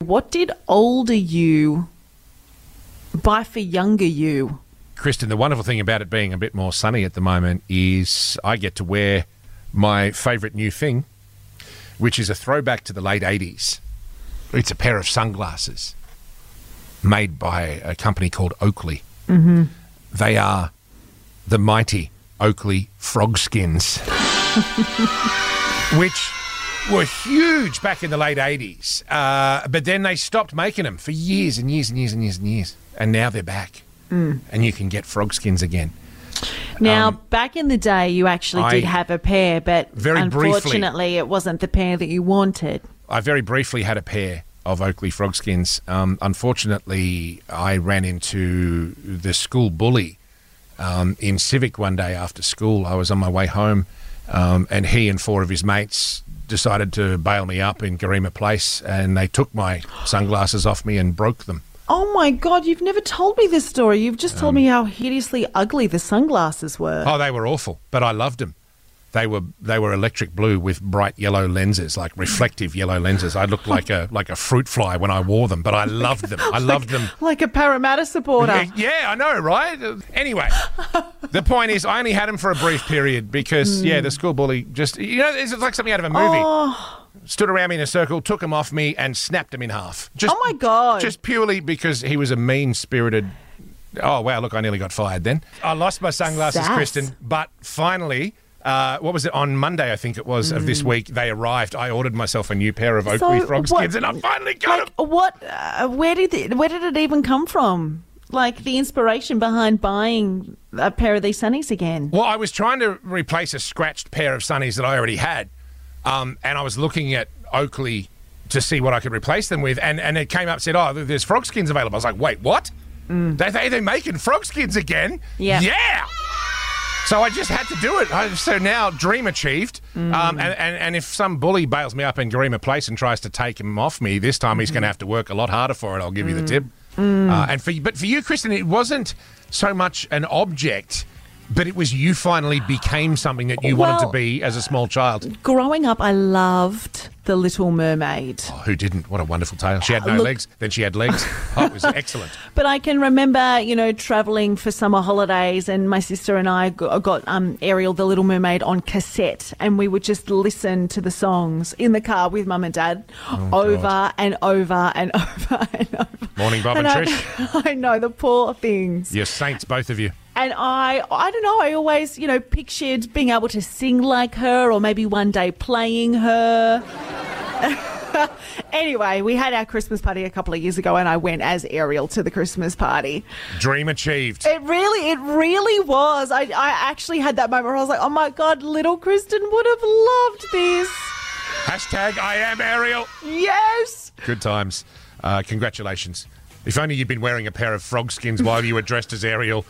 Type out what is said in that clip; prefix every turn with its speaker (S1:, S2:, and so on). S1: What did older you buy for younger you?
S2: Kristen, the wonderful thing about it being a bit more sunny at the moment is I get to wear my favourite new thing, which is a throwback to the late 80s. It's a pair of sunglasses made by a company called Oakley.
S1: Mm-hmm.
S2: They are the mighty Oakley Frogskins, which were huge back in the late 80s. Uh, but then they stopped making them for years and years and years and years and years. And now they're back.
S1: Mm.
S2: And you can get Frogskins again.
S1: Now, back in the day, you actually did
S2: Um, I-
S1: have a pair, but
S2: Very briefly.
S1: unfortunately, it wasn't the pair that you wanted.
S2: I very briefly had a pair of Oakley Frogskins. Um, unfortunately, I ran into the school bully um, in Civic one day after school. I was on my way home, um, and he and four of his mates decided to bail me up in Garima Place, and they took my sunglasses off me and broke them.
S1: Oh my God, you've never told me this story. You've just
S2: Um,
S1: told me how hideously ugly the sunglasses were.
S2: Oh, they were awful, but I loved them. They were they were electric blue with bright yellow lenses, like reflective yellow lenses. I looked like a like a fruit fly when I wore them, but I loved them. I loved them.
S1: Like a Parramatta supporter.
S2: Yeah, yeah, I know, right? Uh, Anyway, the point is, I only had him for a brief period because, yeah, the school bully just, you know, it's like something out of a movie.
S1: Oh.
S2: Stood around me in a circle, took him off me, and snapped him in half. Just,
S1: Oh my God.
S2: Just purely because he was a mean spirited. Oh, wow, look, I nearly got fired then. I lost my sunglasses,
S1: Sass.
S2: Kristen, but finally. Uh, what was it on Monday? I think it was of this week. They arrived. I ordered myself a new pair of Oakley
S1: Mm. So,
S2: frog
S1: what-
S2: skins, and I finally got them.
S1: Like what? Uh, where did the, where did it even come from? Like the inspiration behind buying a pair of these sunnies again?
S2: Well, I was trying to replace a scratched pair of sunnies that I already had, um, and I was looking at Oakley to see what I could replace them with, and, and it came up said, "Oh, th- there's frog skins available." I was like, "Wait, what? They, they they're making frog skins again?
S1: Yeah.
S2: yeah." So I just had to do it. I, so now, dream achieved.
S1: Mm.
S2: Um, and, and, and if some bully bails me up in Garima Place and tries to take him off me, this time he's going
S1: Mm-hmm.
S2: to have to work a lot harder for it. I'll give you
S1: Mm.
S2: the tip. Uh, and for you- but for you, Kristen, it wasn't so much an object, but it was you finally became something that you wanted to
S1: Well-
S2: be as a small child.
S1: Growing up, I loved The Little Mermaid.
S2: Oh, who didn't? What a wonderful tale! She had no
S1: Look-
S2: legs, then she had legs. Oh, it was excellent.
S1: But I can remember, you know, traveling for summer holidays, and my sister and I go- got um, Ariel, the Little Mermaid, on cassette, and we would just listen to the songs in the car with mum and dad
S2: Oh,
S1: over and over and over and over.
S2: Morning, Bob and
S1: I-
S2: Trish.
S1: I know the poor things.
S2: You're saints, both of you.
S1: And I, I don't know. I always, you know, pictured being able to sing like her, or maybe one day playing her. anyway, we had our Christmas party a couple of years ago, and I went as Ariel to the Christmas party.
S2: Dream achieved.
S1: It really, it really was. I, I actually had that moment where I was like, oh my God, little Kristen would have loved this.
S2: Hashtag I am Ariel.
S1: Yes.
S2: Good times. Uh, congratulations. If only you'd been wearing a pair of frog skins while you were dressed as Ariel,